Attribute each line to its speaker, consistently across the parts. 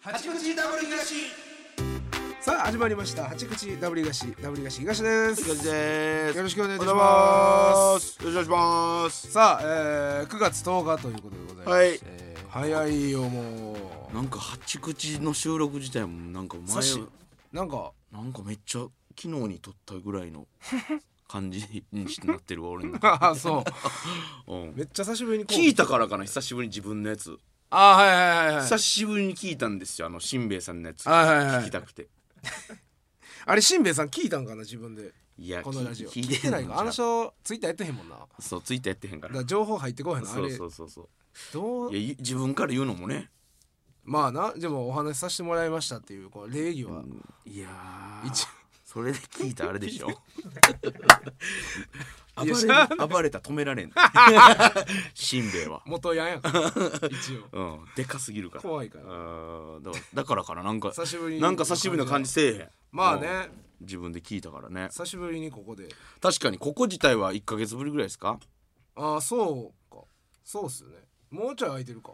Speaker 1: 八口ダブル東
Speaker 2: さあ始まりました八口ダブリガシダブリガシ東です
Speaker 1: 東です
Speaker 2: よろしくお願いいた
Speaker 1: お
Speaker 2: し
Speaker 1: はようございま
Speaker 2: ます
Speaker 1: よろしくお願いします
Speaker 2: さあ、えー、9月10日ということでございます、
Speaker 1: はい
Speaker 2: えー早いよもう
Speaker 1: なんか八口の収録自体もなんか
Speaker 2: さ
Speaker 1: 前
Speaker 2: しなんか
Speaker 1: なんかめっちゃ昨日に撮ったぐらいの感じになってるわ 俺の中
Speaker 2: あそう
Speaker 1: うん
Speaker 2: めっちゃ久しぶりにこう
Speaker 1: 聞いたからかな久しぶりに自分のやつ
Speaker 2: あはいはいはいはい
Speaker 1: 久しぶりに聞いたんですよあのしんべヱさんのやつ
Speaker 2: はいはいはい
Speaker 1: 聞きたくて
Speaker 2: あれしんべヱさん聞いたんかな自分で
Speaker 1: いや
Speaker 2: このラジオ
Speaker 1: 聞
Speaker 2: 聞
Speaker 1: い
Speaker 2: い
Speaker 1: 聞いて
Speaker 2: てないかあの
Speaker 1: 人
Speaker 2: 人ツイッターやってへんもんなだか
Speaker 1: そうツイッターやってへんから
Speaker 2: ら情報入ってこへんのあ
Speaker 1: そう
Speaker 2: れ
Speaker 1: そうそうそう
Speaker 2: どう
Speaker 1: いやい自分から言うのもね
Speaker 2: まあなでもお話しさせてもらいましたっていうこの礼儀は、
Speaker 1: いやー
Speaker 2: 一応
Speaker 1: それで聞いたあれでしょ 暴
Speaker 2: い
Speaker 1: れ
Speaker 2: や
Speaker 1: 暴れた止められんしんべヱは、
Speaker 2: 元ヤンや から一応
Speaker 1: うん、でかすぎるから
Speaker 2: 怖いから
Speaker 1: うんだからだからかななんか
Speaker 2: 久しぶりに
Speaker 1: なんか久しぶりな感じせえへん
Speaker 2: まあね
Speaker 1: うん自分で聞いたからね
Speaker 2: 久しぶりにここで
Speaker 1: 確かにここ自体は1か月ぶりぐらいですか
Speaker 2: ああそうかそうっすよねもうちょい空いてるか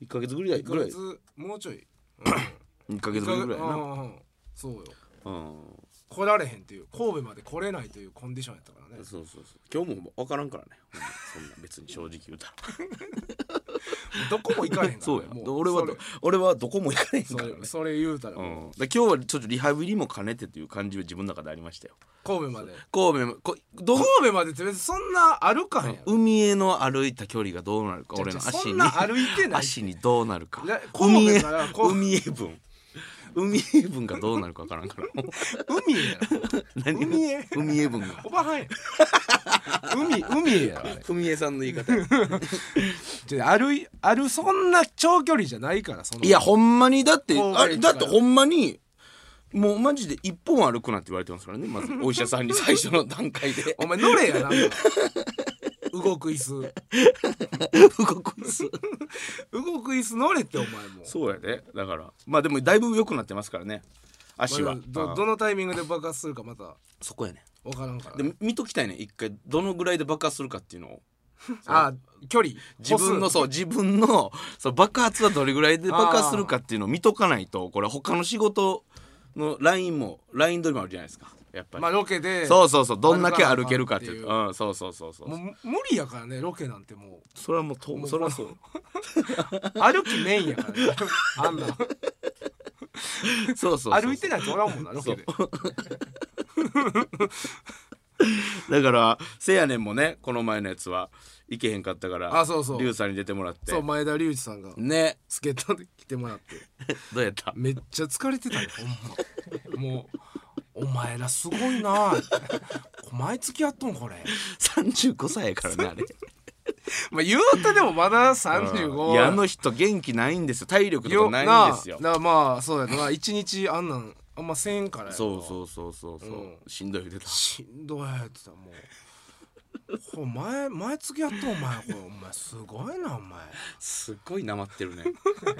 Speaker 1: 1か月ぐらい
Speaker 2: 1ヶ月もうちょい
Speaker 1: 1か月ぶりぐらいや
Speaker 2: う
Speaker 1: なん
Speaker 2: うんうんそうよ
Speaker 1: うん
Speaker 2: 来られへんっていう神戸まで来れないというコンディションやったからね
Speaker 1: そうそうそう今日も分からんからねほんまそんな別に正直言 うたら
Speaker 2: どこも行かれへんから、ね、
Speaker 1: そうや
Speaker 2: も
Speaker 1: 俺は
Speaker 2: それ
Speaker 1: ど俺はどこも行かれへん
Speaker 2: そ
Speaker 1: からね
Speaker 2: れそれ言うたら
Speaker 1: う、
Speaker 2: もうん
Speaker 1: だから今日はちょっとリハビリも兼ねてという感じは自分の中でありましたよ
Speaker 2: 神戸まで
Speaker 1: 神戸もこどう
Speaker 2: 神戸までって別にそんな歩かへんやろ
Speaker 1: 海への歩いた距離がどうなるか俺
Speaker 2: じ
Speaker 1: の
Speaker 2: ゃあ
Speaker 1: 足
Speaker 2: そ
Speaker 1: に
Speaker 2: んな歩いてない
Speaker 1: 足にどうなるか
Speaker 2: いや
Speaker 1: 海
Speaker 2: 神
Speaker 1: へ
Speaker 2: 戸からこう
Speaker 1: 海へ分海へ分がどうなるか分から んから
Speaker 2: 海やろ
Speaker 1: 何
Speaker 2: 海へ
Speaker 1: 海へ分が
Speaker 2: おばはん や海海やろあれ
Speaker 1: 文江さんの言い方
Speaker 2: ちょ歩い歩そんな長距離じゃないからその
Speaker 1: いやほんまにだって
Speaker 2: 神戸
Speaker 1: あれだって
Speaker 2: から
Speaker 1: ほんまにもうマジで一本歩くなって言われてますからねまずお医者さんに最初の段階で
Speaker 2: お前乗れやなんか動く椅子
Speaker 1: 動くんです
Speaker 2: 動く椅子乗れってお前も
Speaker 1: そうやでだからまあでもだいぶ良くなってますからね足は、
Speaker 2: まあど
Speaker 1: あ
Speaker 2: どのタイミングで爆発するかまた
Speaker 1: そこやね
Speaker 2: 分からんから
Speaker 1: で見ときたいね一回どのぐらいで爆発するかっていうのを
Speaker 2: あ距離
Speaker 1: 自分の
Speaker 2: 歩数
Speaker 1: そう自分のそう爆発はどれぐらいで爆発するかっていうのを見とかないとこれ他の仕事のラインもライン取りもあるじゃないですかやっぱり、
Speaker 2: まあロケで
Speaker 1: そうそうそうどんだけ歩けるかっていう
Speaker 2: 歩か
Speaker 1: うんそうそうそうそう
Speaker 2: もう無理やからねロケなんても
Speaker 1: それはもうと
Speaker 2: もう
Speaker 1: それはそう
Speaker 2: う歩きメインやから ねあんな
Speaker 1: そうそうそう
Speaker 2: 歩いてないとおらんもんなロケで
Speaker 1: だからせやねんもねこの前のやつは行けへんかったから
Speaker 2: あそうそう
Speaker 1: リュウさんに出てもらって
Speaker 2: そう前田隆二さんが
Speaker 1: ね
Speaker 2: 助っ人で来てもらって
Speaker 1: どうやった
Speaker 2: めっちゃ疲れてたよほんまもうお前らすごいな 毎月やっとんこれ
Speaker 1: 35歳やから ねあれ
Speaker 2: まあ言うてでもまだ
Speaker 1: うん
Speaker 2: 35
Speaker 1: いやあの人元気ないんですよ体力とか
Speaker 2: よ
Speaker 1: ないんですよ
Speaker 2: ななまあそうやなまあ一日あんなんあんませんからや
Speaker 1: そう
Speaker 2: う
Speaker 1: そうそうそうそう、
Speaker 2: うん
Speaker 1: しんどい言うてた
Speaker 2: しんどいやってたもうお前毎月やっとんお前これお前すごいなお前
Speaker 1: すっごいなまって るね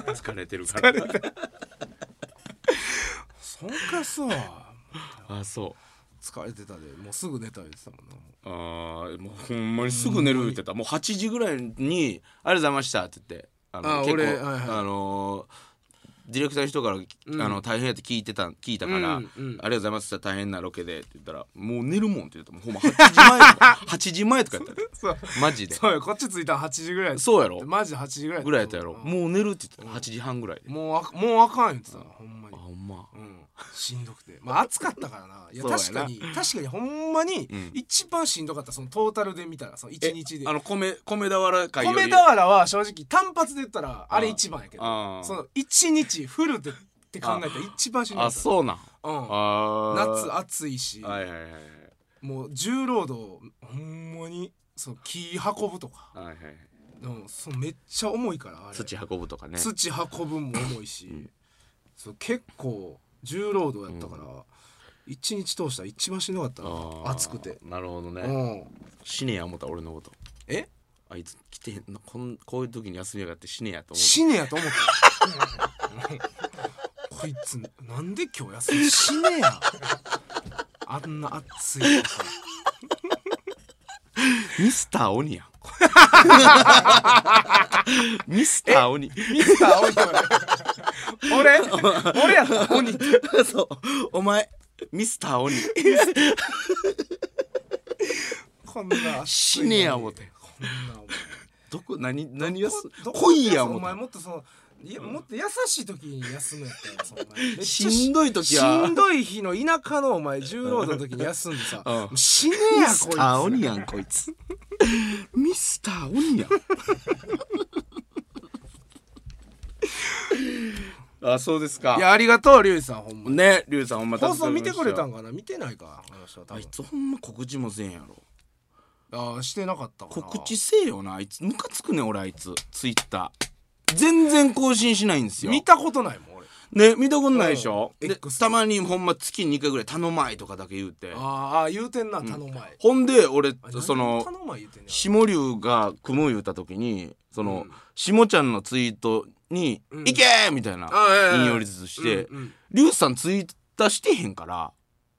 Speaker 1: 疲れてるから
Speaker 2: そんかさ
Speaker 1: あそう
Speaker 2: 疲れてたでもうすぐ寝た言ってたもんな
Speaker 1: あーもうほんまにすぐ寝る言うてたもう8時ぐらいに「ありがとうございました」って言ってあ
Speaker 2: あ
Speaker 1: 結構、
Speaker 2: 俺はいはい
Speaker 1: あのーディレクターの人から、あの大変やって聞いてた聞いたから、
Speaker 2: うんうん
Speaker 1: ありがとうございます大変なロケで」って言ったら「もう寝るもん」って言ってたもうほんま8時前とか8時前とかやった で
Speaker 2: そう
Speaker 1: マジで
Speaker 2: そうよこっち着いたの8時ぐらいやった
Speaker 1: そうやろ
Speaker 2: マジで8時ぐらい
Speaker 1: ぐらいやったやろ
Speaker 2: うん
Speaker 1: もう寝るって言ってた8時半ぐらいで
Speaker 2: もうあもうあかん言ってたほんまに
Speaker 1: あ、ほんま
Speaker 2: うん、しんどくてまあ暑かったからないや
Speaker 1: そうやな
Speaker 2: 確かに確かにほんまに
Speaker 1: ん
Speaker 2: 一番しんどかったそのトータルで見たらその1日で
Speaker 1: あの米米俵会より
Speaker 2: 米俵は正直単発で言ったらあれ一番やけど
Speaker 1: あー
Speaker 2: その1日フルでって考えたら一番しんどか
Speaker 1: あ
Speaker 2: った
Speaker 1: そうなん
Speaker 2: うん
Speaker 1: あー
Speaker 2: 夏暑いし
Speaker 1: はいはいはいはい
Speaker 2: もう重労働ほんまにその木運ぶとか、
Speaker 1: はいはいはい
Speaker 2: うん、そのめっちゃ重いからあれ
Speaker 1: 土運ぶとかね
Speaker 2: 土運ぶんも重いし、そう結構重労働やったから、一日通したら一番しんどかった
Speaker 1: あー
Speaker 2: な暑くて、
Speaker 1: なるほど
Speaker 2: う
Speaker 1: ね
Speaker 2: ん、
Speaker 1: 死ねや思った俺のこと
Speaker 2: え
Speaker 1: あいつ来てへんのこんこういう時に休みやがって死ねやと思っ
Speaker 2: 死ねやと思ったこいつなんで今日休み死ねやあんな暑い中
Speaker 1: たミスター鬼や んミスター鬼
Speaker 2: ミスター青い 俺 俺やった鬼って
Speaker 1: そうお前ミスター鬼
Speaker 2: こんな
Speaker 1: 死ねや思
Speaker 2: も
Speaker 1: て
Speaker 2: こんな思て
Speaker 1: どこ何何やす
Speaker 2: どこ
Speaker 1: 濃いや
Speaker 2: お
Speaker 1: 思
Speaker 2: 前
Speaker 1: て
Speaker 2: もっとそのいやもっと優しい時に休むやったよそのお前めっちゃ
Speaker 1: しんどい時は
Speaker 2: しんどい日の田舎のお前重労働の時に休んでさ、
Speaker 1: うん
Speaker 2: もう死ね
Speaker 1: ミ
Speaker 2: や
Speaker 1: ス
Speaker 2: こ
Speaker 1: ター
Speaker 2: い
Speaker 1: 鬼
Speaker 2: つ
Speaker 1: やんこいつミスター鬼や ん あそうですか
Speaker 2: いやありがとうリュウジさんほんまに
Speaker 1: ねリュウさんほんま
Speaker 2: 放送見てくれた
Speaker 1: ん
Speaker 2: んかな見てないかあの人は多
Speaker 1: あ
Speaker 2: 分
Speaker 1: いつほんま告知もせんやろ
Speaker 2: ああしてなかったかな
Speaker 1: 告知せえよなあいつムカつくねん俺あいつツイッター全然更新しないんですよ
Speaker 2: 見たことないもん俺
Speaker 1: ね見たことないでしょ、
Speaker 2: うん
Speaker 1: で
Speaker 2: X
Speaker 1: たまにほんま月2回ぐらい「頼まい」とかだけ言うて
Speaker 2: ああ言うてんな頼まい、
Speaker 1: ほんで俺
Speaker 2: あなんで
Speaker 1: その
Speaker 2: 頼まい言うてんねや
Speaker 1: 下流が組む言うた時にその、
Speaker 2: うん
Speaker 1: 下ちゃんのツイートに「
Speaker 2: うん
Speaker 1: いけー!」みたいな
Speaker 2: あいやいや
Speaker 1: 引用リツして、
Speaker 2: うんうん
Speaker 1: リュウさんツイッターしてへんから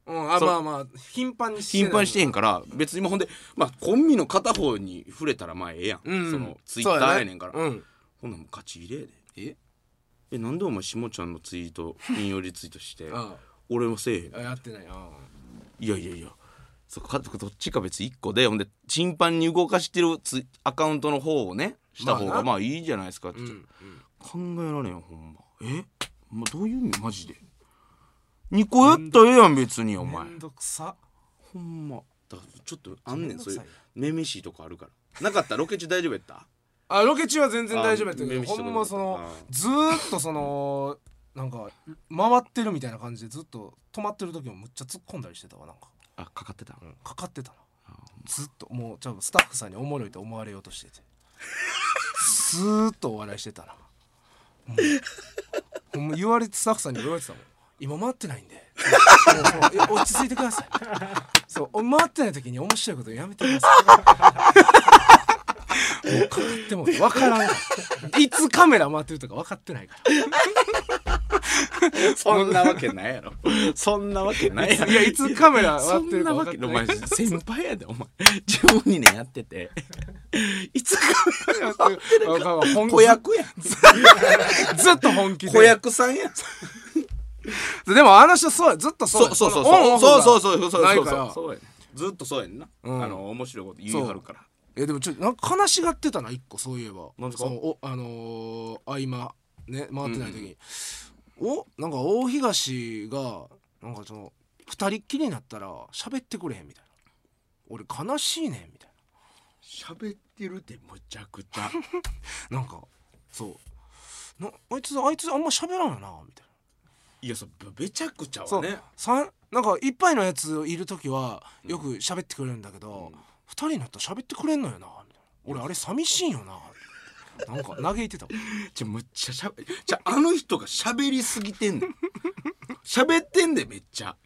Speaker 2: うんあ
Speaker 1: そう
Speaker 2: まあまあ頻繁にして
Speaker 1: 頻繁にしてへん
Speaker 2: か
Speaker 1: から別にもうほんで、まあ、コンビの片方に触れたらまあええやん、
Speaker 2: うん
Speaker 1: そのツイッターやねんから、
Speaker 2: そうやね
Speaker 1: ほんなんもう勝ち入れやで
Speaker 2: え
Speaker 1: えなんでお前下ちゃんのツイート引用リツイートして
Speaker 2: うん あ
Speaker 1: 俺もせえへん
Speaker 2: あやってないあ
Speaker 1: いやいやいやそう家族どっちか別1個でほんで頻繁に動かしてるツイアカウントの方をねした方
Speaker 2: まあ
Speaker 1: が
Speaker 2: な
Speaker 1: まあいいじゃないですかって
Speaker 2: う
Speaker 1: 言
Speaker 2: ん
Speaker 1: っ
Speaker 2: う
Speaker 1: て、
Speaker 2: ん
Speaker 1: 考えられんよほんまえ、まどういう意味マジで2個やったらええやん別にお前
Speaker 2: めんどくさ
Speaker 1: ほんまだからちょっとあんねん
Speaker 2: めんど
Speaker 1: そ
Speaker 2: く
Speaker 1: うい
Speaker 2: さ
Speaker 1: う
Speaker 2: いよ
Speaker 1: めめしいとこあるからなかったロケ中大丈夫やった
Speaker 2: あロケ中は全然大丈夫やったけ
Speaker 1: あ
Speaker 2: ど
Speaker 1: 耳し
Speaker 2: ほ
Speaker 1: たこと
Speaker 2: んまその
Speaker 1: あ
Speaker 2: ずーっとそのなんか回ってるみたいな感じでずっと止まってる時もむっちゃ突っ込んだりしてたわなんか、
Speaker 1: あかかってた
Speaker 2: うんかかってたなずっともうちょっとスタッフさんにおもろいと思われようとしててずーっとお笑いしてたなもうほんま言われてスタッフさんに言われてたもん今回ってないんでもうもう落ち着いてくださいそう回ってない時に面白いことやめてくださいもうかかっても分からんからいつカメラ回ってるとか分かってないから
Speaker 1: そんなわけないや ろそんなわけないやろ
Speaker 2: いやいつカメ ラ
Speaker 1: そ
Speaker 2: 割って
Speaker 1: ん
Speaker 2: る
Speaker 1: な
Speaker 2: か
Speaker 1: わ
Speaker 2: 分かっ
Speaker 1: け
Speaker 2: て
Speaker 1: お
Speaker 2: ない
Speaker 1: 前先輩やでお前12年やって ていつか
Speaker 2: 本
Speaker 1: 子役や
Speaker 2: ずっと本気で
Speaker 1: 子役さんや
Speaker 2: でもあの人そうやずっとそうやのオンオフ
Speaker 1: そう
Speaker 2: が
Speaker 1: そうそうそうそう
Speaker 2: ない
Speaker 1: そう
Speaker 2: か
Speaker 1: そう
Speaker 2: ら
Speaker 1: そうやねずっとそうやんな、
Speaker 2: うん
Speaker 1: あの面白いこと言いはるから
Speaker 2: いやでもちょっとなんか悲しがってたな一個そういえば
Speaker 1: なんです
Speaker 2: そ
Speaker 1: か
Speaker 2: のおあのー合間ね回ってない時に、おなんか大東がなんかその二人っきりになったら喋ってくれへんみたいな俺悲しいねんみたい
Speaker 1: 喋ってるってむちゃくちゃ
Speaker 2: ななんかそうなあいつあいつあんま喋らんよなみたいない
Speaker 1: やそうめちゃくちゃ
Speaker 2: そ
Speaker 1: は
Speaker 2: う、
Speaker 1: ね
Speaker 2: さんなんか一杯のやついる時はよく喋ってくれるんだけど、二人になったら喋ってくれんのよなみたいな俺あれ寂しいんよななんか嘆いてたわ
Speaker 1: じゃむっちゃしゃべじゃあの人が喋りすぎてんねん喋ってんでめっちゃ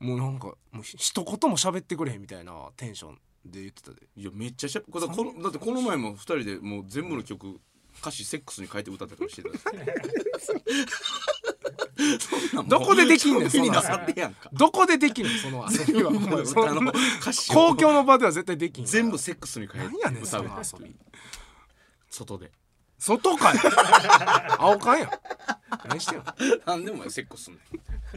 Speaker 2: もうなんかもうひ一言も喋ってくれへんみたいなテンションで言ってたで
Speaker 1: いやめっちゃしゃこだこのだってこの前も二人でもう全部の曲、歌詞セックスに変えて歌ったりとかしてたそんなんもう
Speaker 2: どこでできんねん
Speaker 1: 気にな
Speaker 2: そんなん
Speaker 1: さってやんか
Speaker 2: どこでできんのその遊びはお前そ
Speaker 1: 歌の
Speaker 2: の
Speaker 1: 歌詞を
Speaker 2: 公共の場では絶対できん
Speaker 1: 全部セックスに変えて
Speaker 2: 何やねん
Speaker 1: 歌う
Speaker 2: その遊び
Speaker 1: 外で
Speaker 2: 外かよ青缶やん何してんの
Speaker 1: なんでお前セックスすんねん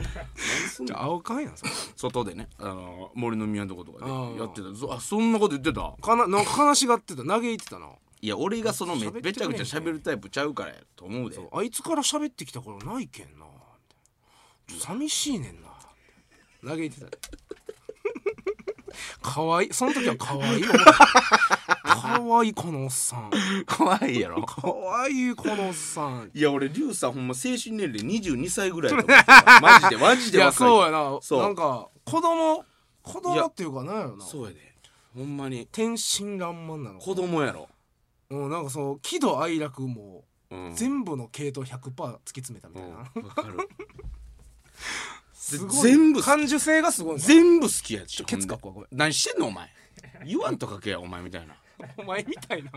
Speaker 1: 何すん
Speaker 2: じ
Speaker 1: の
Speaker 2: ゃあ青缶やんそれ
Speaker 1: 外でね、あの森の宮のとことかで
Speaker 2: あー
Speaker 1: やってたそあそんなこと言ってた
Speaker 2: かななんか悲しがってた嘆いてたない
Speaker 1: や俺がそのめ
Speaker 2: 喋ってくれ
Speaker 1: めちゃくちゃ喋るタイプちゃうからやと思うで
Speaker 2: そうあいつから喋ってきたことないけんなちょ寂しいねんな嘆いてた でかわいいその時はかわいい思ったかわいいこのおっさん
Speaker 1: 怖いやろ
Speaker 2: かわいいこのおっさん
Speaker 1: いや俺リュウさんほんま精神年齢22歳ぐらいやと思ってた マジでマジ
Speaker 2: い
Speaker 1: で
Speaker 2: や
Speaker 1: 若い
Speaker 2: そうやな
Speaker 1: そう
Speaker 2: なんか子供子供っていうかなんやろな
Speaker 1: そうやでほんまに
Speaker 2: 天真爛漫なの
Speaker 1: 子供やろ、
Speaker 2: うんなんかその喜怒哀楽も
Speaker 1: うん
Speaker 2: 全部の系統100%突き詰めたみたいな、
Speaker 1: うんわかる
Speaker 2: すごい
Speaker 1: 全部好き
Speaker 2: 感受性がすごいな
Speaker 1: 全部好きやっち
Speaker 2: ケツかっこはごめん
Speaker 1: 何してんのお前言わんとかけやお前みたいな
Speaker 2: お前みたいな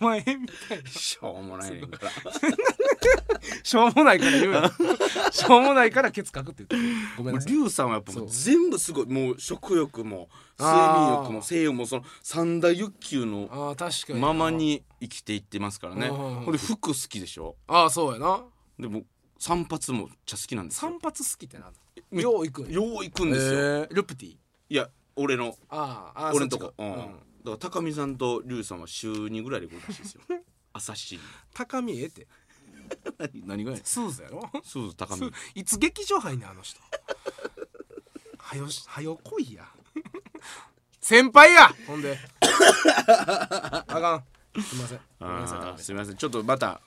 Speaker 2: お前みたいな
Speaker 1: しょうもないねんから
Speaker 2: しょうもないから言うやん しょうもないからケツ書くって言ってるごめんな
Speaker 1: もう
Speaker 2: さい
Speaker 1: リュウさんはやっぱもう
Speaker 2: そう
Speaker 1: 全部すごいもう食欲も睡眠欲
Speaker 2: あ
Speaker 1: も
Speaker 2: ー
Speaker 1: 性欲もその三大欲求の
Speaker 2: ああ確かに
Speaker 1: ままに生きていってますからね
Speaker 2: うんうんうん
Speaker 1: ほんで服好きでしょ
Speaker 2: ああそうやな
Speaker 1: でも散髪もめっちゃ好きなんですよ
Speaker 2: 散髪好きってなんだ
Speaker 1: め
Speaker 2: よう行くんや
Speaker 1: よう行くんですよ、
Speaker 2: えールプティ
Speaker 1: いや俺の
Speaker 2: ああああ
Speaker 1: 俺のとこ、
Speaker 2: そっちか
Speaker 1: うん
Speaker 2: う
Speaker 1: だ
Speaker 2: ん
Speaker 1: から高見さんとリュウさんは週2ぐらいで来るらし いですよ朝7時
Speaker 2: 高見えって
Speaker 1: 何がやねん
Speaker 2: スーズやろ
Speaker 1: そうそう高
Speaker 2: ス
Speaker 1: 見
Speaker 2: ーいつ劇場入んねんあの人はよしはよ来いや先輩やほんであかんすいませんごめんなさい
Speaker 1: あーすみませんちょっとまた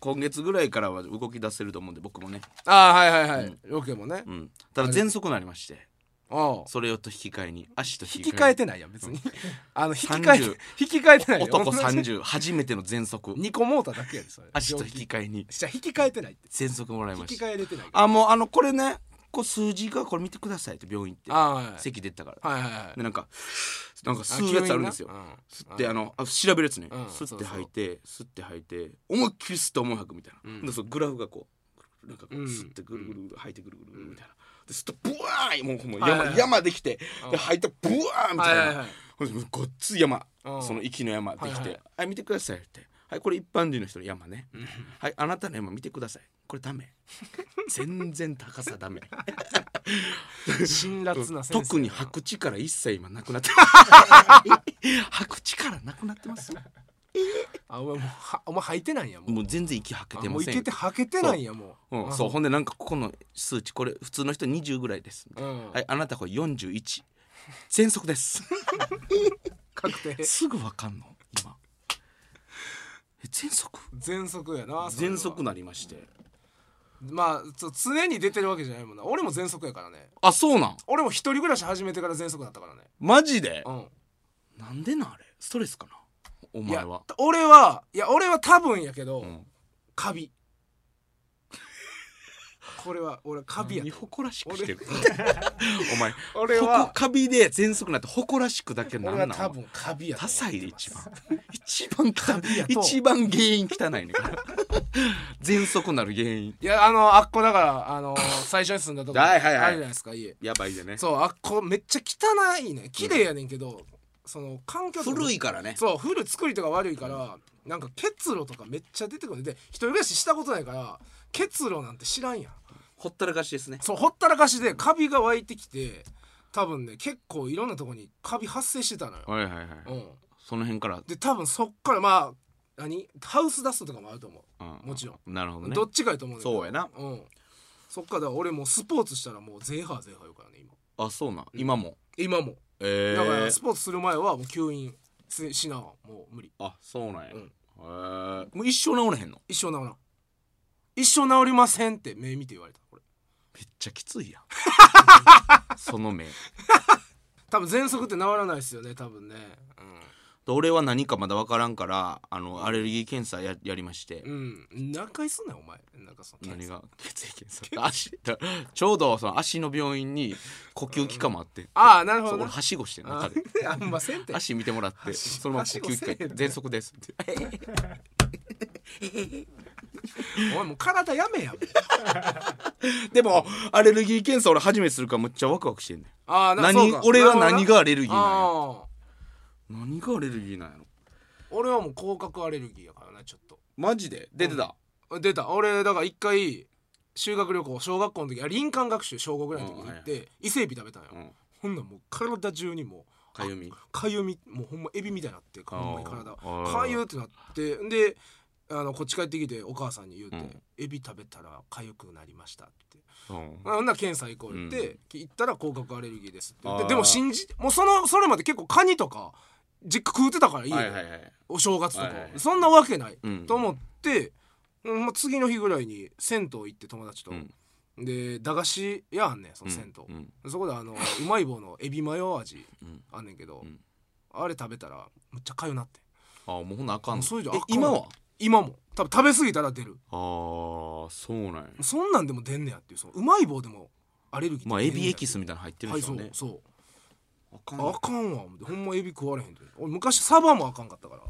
Speaker 1: 今月ぐらいからは動き出せると思うんで僕もね、
Speaker 2: ああはいはいはい、ロケもね、
Speaker 1: うん、ただ喘息になりまして
Speaker 2: ああ
Speaker 1: それをと引き換えに足と
Speaker 2: 引
Speaker 1: 引
Speaker 2: き
Speaker 1: き
Speaker 2: 換
Speaker 1: 換
Speaker 2: え
Speaker 1: え
Speaker 2: てないやん別に あの引き換え
Speaker 1: 30
Speaker 2: て引き換えてないよ
Speaker 1: 男30初 めての喘 息
Speaker 2: 2個モーターだけやでそれ
Speaker 1: 足と
Speaker 2: 病
Speaker 1: 引
Speaker 2: 気
Speaker 1: き換えに
Speaker 2: じゃあ引き換えてないって
Speaker 1: 喘息もらい
Speaker 2: 引
Speaker 1: ま
Speaker 2: き
Speaker 1: した
Speaker 2: 換えれてないから
Speaker 1: あもうあのこれねこう数字がこれ見てくださいって病院行って
Speaker 2: あはい
Speaker 1: 席出たから、
Speaker 2: はいはいはい
Speaker 1: でなんかなんか吸うやつあるんですよ吸ってあのあ調べるやつね、
Speaker 2: うん
Speaker 1: 吸
Speaker 2: そ
Speaker 1: っ
Speaker 2: う
Speaker 1: て
Speaker 2: そう
Speaker 1: 吐いて吸って吐いて思いっきり吸って思い吐くみたいな、
Speaker 2: うん
Speaker 1: でそのグラフがこうなんかこう
Speaker 2: うん
Speaker 1: 吸ってぐるぐるぐる吐いてぐるぐるぐるみたいな、で吸ってブワーイもうほん
Speaker 2: は
Speaker 1: ま
Speaker 2: い
Speaker 1: 山,、
Speaker 2: はいはい
Speaker 1: 山できて
Speaker 2: うん
Speaker 1: で吐いてブワーイみ
Speaker 2: は
Speaker 1: たい
Speaker 2: い
Speaker 1: な、
Speaker 2: はいはい
Speaker 1: ほんでごっつい山、
Speaker 2: うん
Speaker 1: その息の山できて
Speaker 2: は
Speaker 1: 「はいい
Speaker 2: はい
Speaker 1: 見てください」って「はいこれ一般人の人の山ね、
Speaker 2: ん
Speaker 1: はいあなたの山見てくださいこれダ メ全然高さダメ」
Speaker 2: 辛辣な先生
Speaker 1: 特に白地から一切今なくなって 白地からなくなってます
Speaker 2: あお前もうはお前吐いてないやもう
Speaker 1: もう全然息吐けて
Speaker 2: あも
Speaker 1: ま
Speaker 2: うい
Speaker 1: せん
Speaker 2: けて吐けてないやもう
Speaker 1: う
Speaker 2: あ
Speaker 1: ん、そうほんでなんかここの数値これ普通の人20ぐらいです、
Speaker 2: うん
Speaker 1: はいあなたこれ41喘息です
Speaker 2: 確 定
Speaker 1: すぐわかんの今え喘息
Speaker 2: 喘息やなそれは
Speaker 1: 喘息なりまして
Speaker 2: まあそう常に出てるわけじゃないもんな俺も喘息やからね
Speaker 1: あそうなん
Speaker 2: 俺も一人暮らし始めてから喘息だったからね
Speaker 1: マジで
Speaker 2: うん
Speaker 1: なんでなんあれストレスかなお
Speaker 2: いや
Speaker 1: 前は
Speaker 2: 俺はいや俺は多分やけど、
Speaker 1: うん
Speaker 2: カビ これは俺カビや
Speaker 1: 何
Speaker 2: と
Speaker 1: 誇らしくしてる お前
Speaker 2: 俺
Speaker 1: ほこカビで喘息なんて誇らしくだけなん
Speaker 2: 俺
Speaker 1: な
Speaker 2: は多
Speaker 1: ん
Speaker 2: 分カビやと
Speaker 1: 多
Speaker 2: 思ってます
Speaker 1: 彩で一番一番か
Speaker 2: ビやと
Speaker 1: 一番原因汚いねんから 喘息なる原因
Speaker 2: いやあのあっこだから あの最初に住んだとこ
Speaker 1: はいはいはい
Speaker 2: あるじゃないですか家
Speaker 1: やばいでね
Speaker 2: そうあっこめっちゃ汚いね綺麗やねんけど、その環境とか
Speaker 1: 古いからね
Speaker 2: そう古い作りとか悪いから、なんか結露とかめっちゃ出てくるんで一人暮らししたことないから結露なんて知らんやん
Speaker 1: ほったらかしですね
Speaker 2: そうほったらかしでカビが湧いてきて多分ね結構いろんなとこにカビ発生してたのよ、
Speaker 1: はいはいはい
Speaker 2: うん、
Speaker 1: その辺から
Speaker 2: で多分そっからまあ何ハウスダストとかもあると思う、
Speaker 1: うん
Speaker 2: もちろん
Speaker 1: なるほどね
Speaker 2: どっちかやと思うねんけど
Speaker 1: そうやな
Speaker 2: うんそっからだから俺もうスポーツしたらもうゼーハーゼーハー言うからね
Speaker 1: あそうなん今も
Speaker 2: 今今も
Speaker 1: え
Speaker 2: だ
Speaker 1: ー
Speaker 2: からスポーツする前はもう吸引せしなもう無理
Speaker 1: あそうなんや
Speaker 2: うん
Speaker 1: えーもう一生治れへんの
Speaker 2: 一生治らん一生治りませんって目見て言われたこれ
Speaker 1: めっちゃきついやんその目
Speaker 2: 多分喘息って治らないですよね多分ね
Speaker 1: 俺は何かまだ分からんからあのアレルギー検査ややりまして
Speaker 2: うん、うん、何回すんねんお前なんかその
Speaker 1: 何が血液検査足だちょうどその足の病院に呼吸器官もあって
Speaker 2: ああなるほ
Speaker 1: そ
Speaker 2: ど
Speaker 1: う俺
Speaker 2: な
Speaker 1: はしごしてん
Speaker 2: あ
Speaker 1: 中で
Speaker 2: あんませんって
Speaker 1: 足見てもらって
Speaker 2: はし
Speaker 1: そのまま呼吸器
Speaker 2: はしごせえへ
Speaker 1: 官
Speaker 2: ん
Speaker 1: 喘息ですって
Speaker 2: お前もう体やめやもう
Speaker 1: でもアレルギー検査俺初めてするからむっちゃワクワクしてんねん
Speaker 2: ああなそう
Speaker 1: 何
Speaker 2: か
Speaker 1: 俺は何
Speaker 2: なる
Speaker 1: がアレルギー
Speaker 2: ほどな
Speaker 1: なんや
Speaker 2: ああ
Speaker 1: 何がアレルギーなんやろ
Speaker 2: 俺はもう甲殻アレルギーやからなちょっと
Speaker 1: マジで出てた、
Speaker 2: 出た俺だから一回修学旅行小学校の時あ林間学習小5ぐらいの時に行って、伊勢エビ食べたんよ、
Speaker 1: うん
Speaker 2: ほんなんもう体中にもう
Speaker 1: かゆみ
Speaker 2: かゆみもうほんまエビみたいになってほんまに体
Speaker 1: あー
Speaker 2: かゆってなってんであのこっち帰ってきてお母さんに言うて「
Speaker 1: うん
Speaker 2: エビ食べたらかゆくなりました」って
Speaker 1: うん
Speaker 2: ほんなら検査行こう言って、
Speaker 1: う
Speaker 2: 行ったら甲殻アレルギーですって言って
Speaker 1: あー
Speaker 2: でも信じもうそのそれまで結構カニとか実家食うてたから家で、
Speaker 1: はいはいはい
Speaker 2: お正月とか、
Speaker 1: はいはいはい
Speaker 2: そんなわけない、
Speaker 1: うん
Speaker 2: と思って、うんまあ、次の日ぐらいに銭湯行って友達と、
Speaker 1: うん
Speaker 2: で駄菓子屋あんねんその銭
Speaker 1: う
Speaker 2: 湯、
Speaker 1: ん
Speaker 2: そこであのうまい棒のエビマヨ味
Speaker 1: うん
Speaker 2: あんねんけど、
Speaker 1: うん
Speaker 2: あれ食べたらむっちゃかゆなって
Speaker 1: あもうほんなあかんの
Speaker 2: それじゃあ
Speaker 1: え
Speaker 2: かん
Speaker 1: 今は
Speaker 2: 今も多分食べ過ぎたら出る
Speaker 1: あーそうなんや
Speaker 2: そんなんでも出んねやっていうそのうまい棒でもアレルギー
Speaker 1: まあエビエキス
Speaker 2: み
Speaker 1: みたいなの入って
Speaker 2: た
Speaker 1: る
Speaker 2: い
Speaker 1: ん
Speaker 2: な
Speaker 1: でしょ
Speaker 2: はいそう
Speaker 1: うね、
Speaker 2: そう
Speaker 1: あかん
Speaker 2: あかんわ思ってほんまエビ食われへんと俺昔サバもあかんかったから
Speaker 1: あ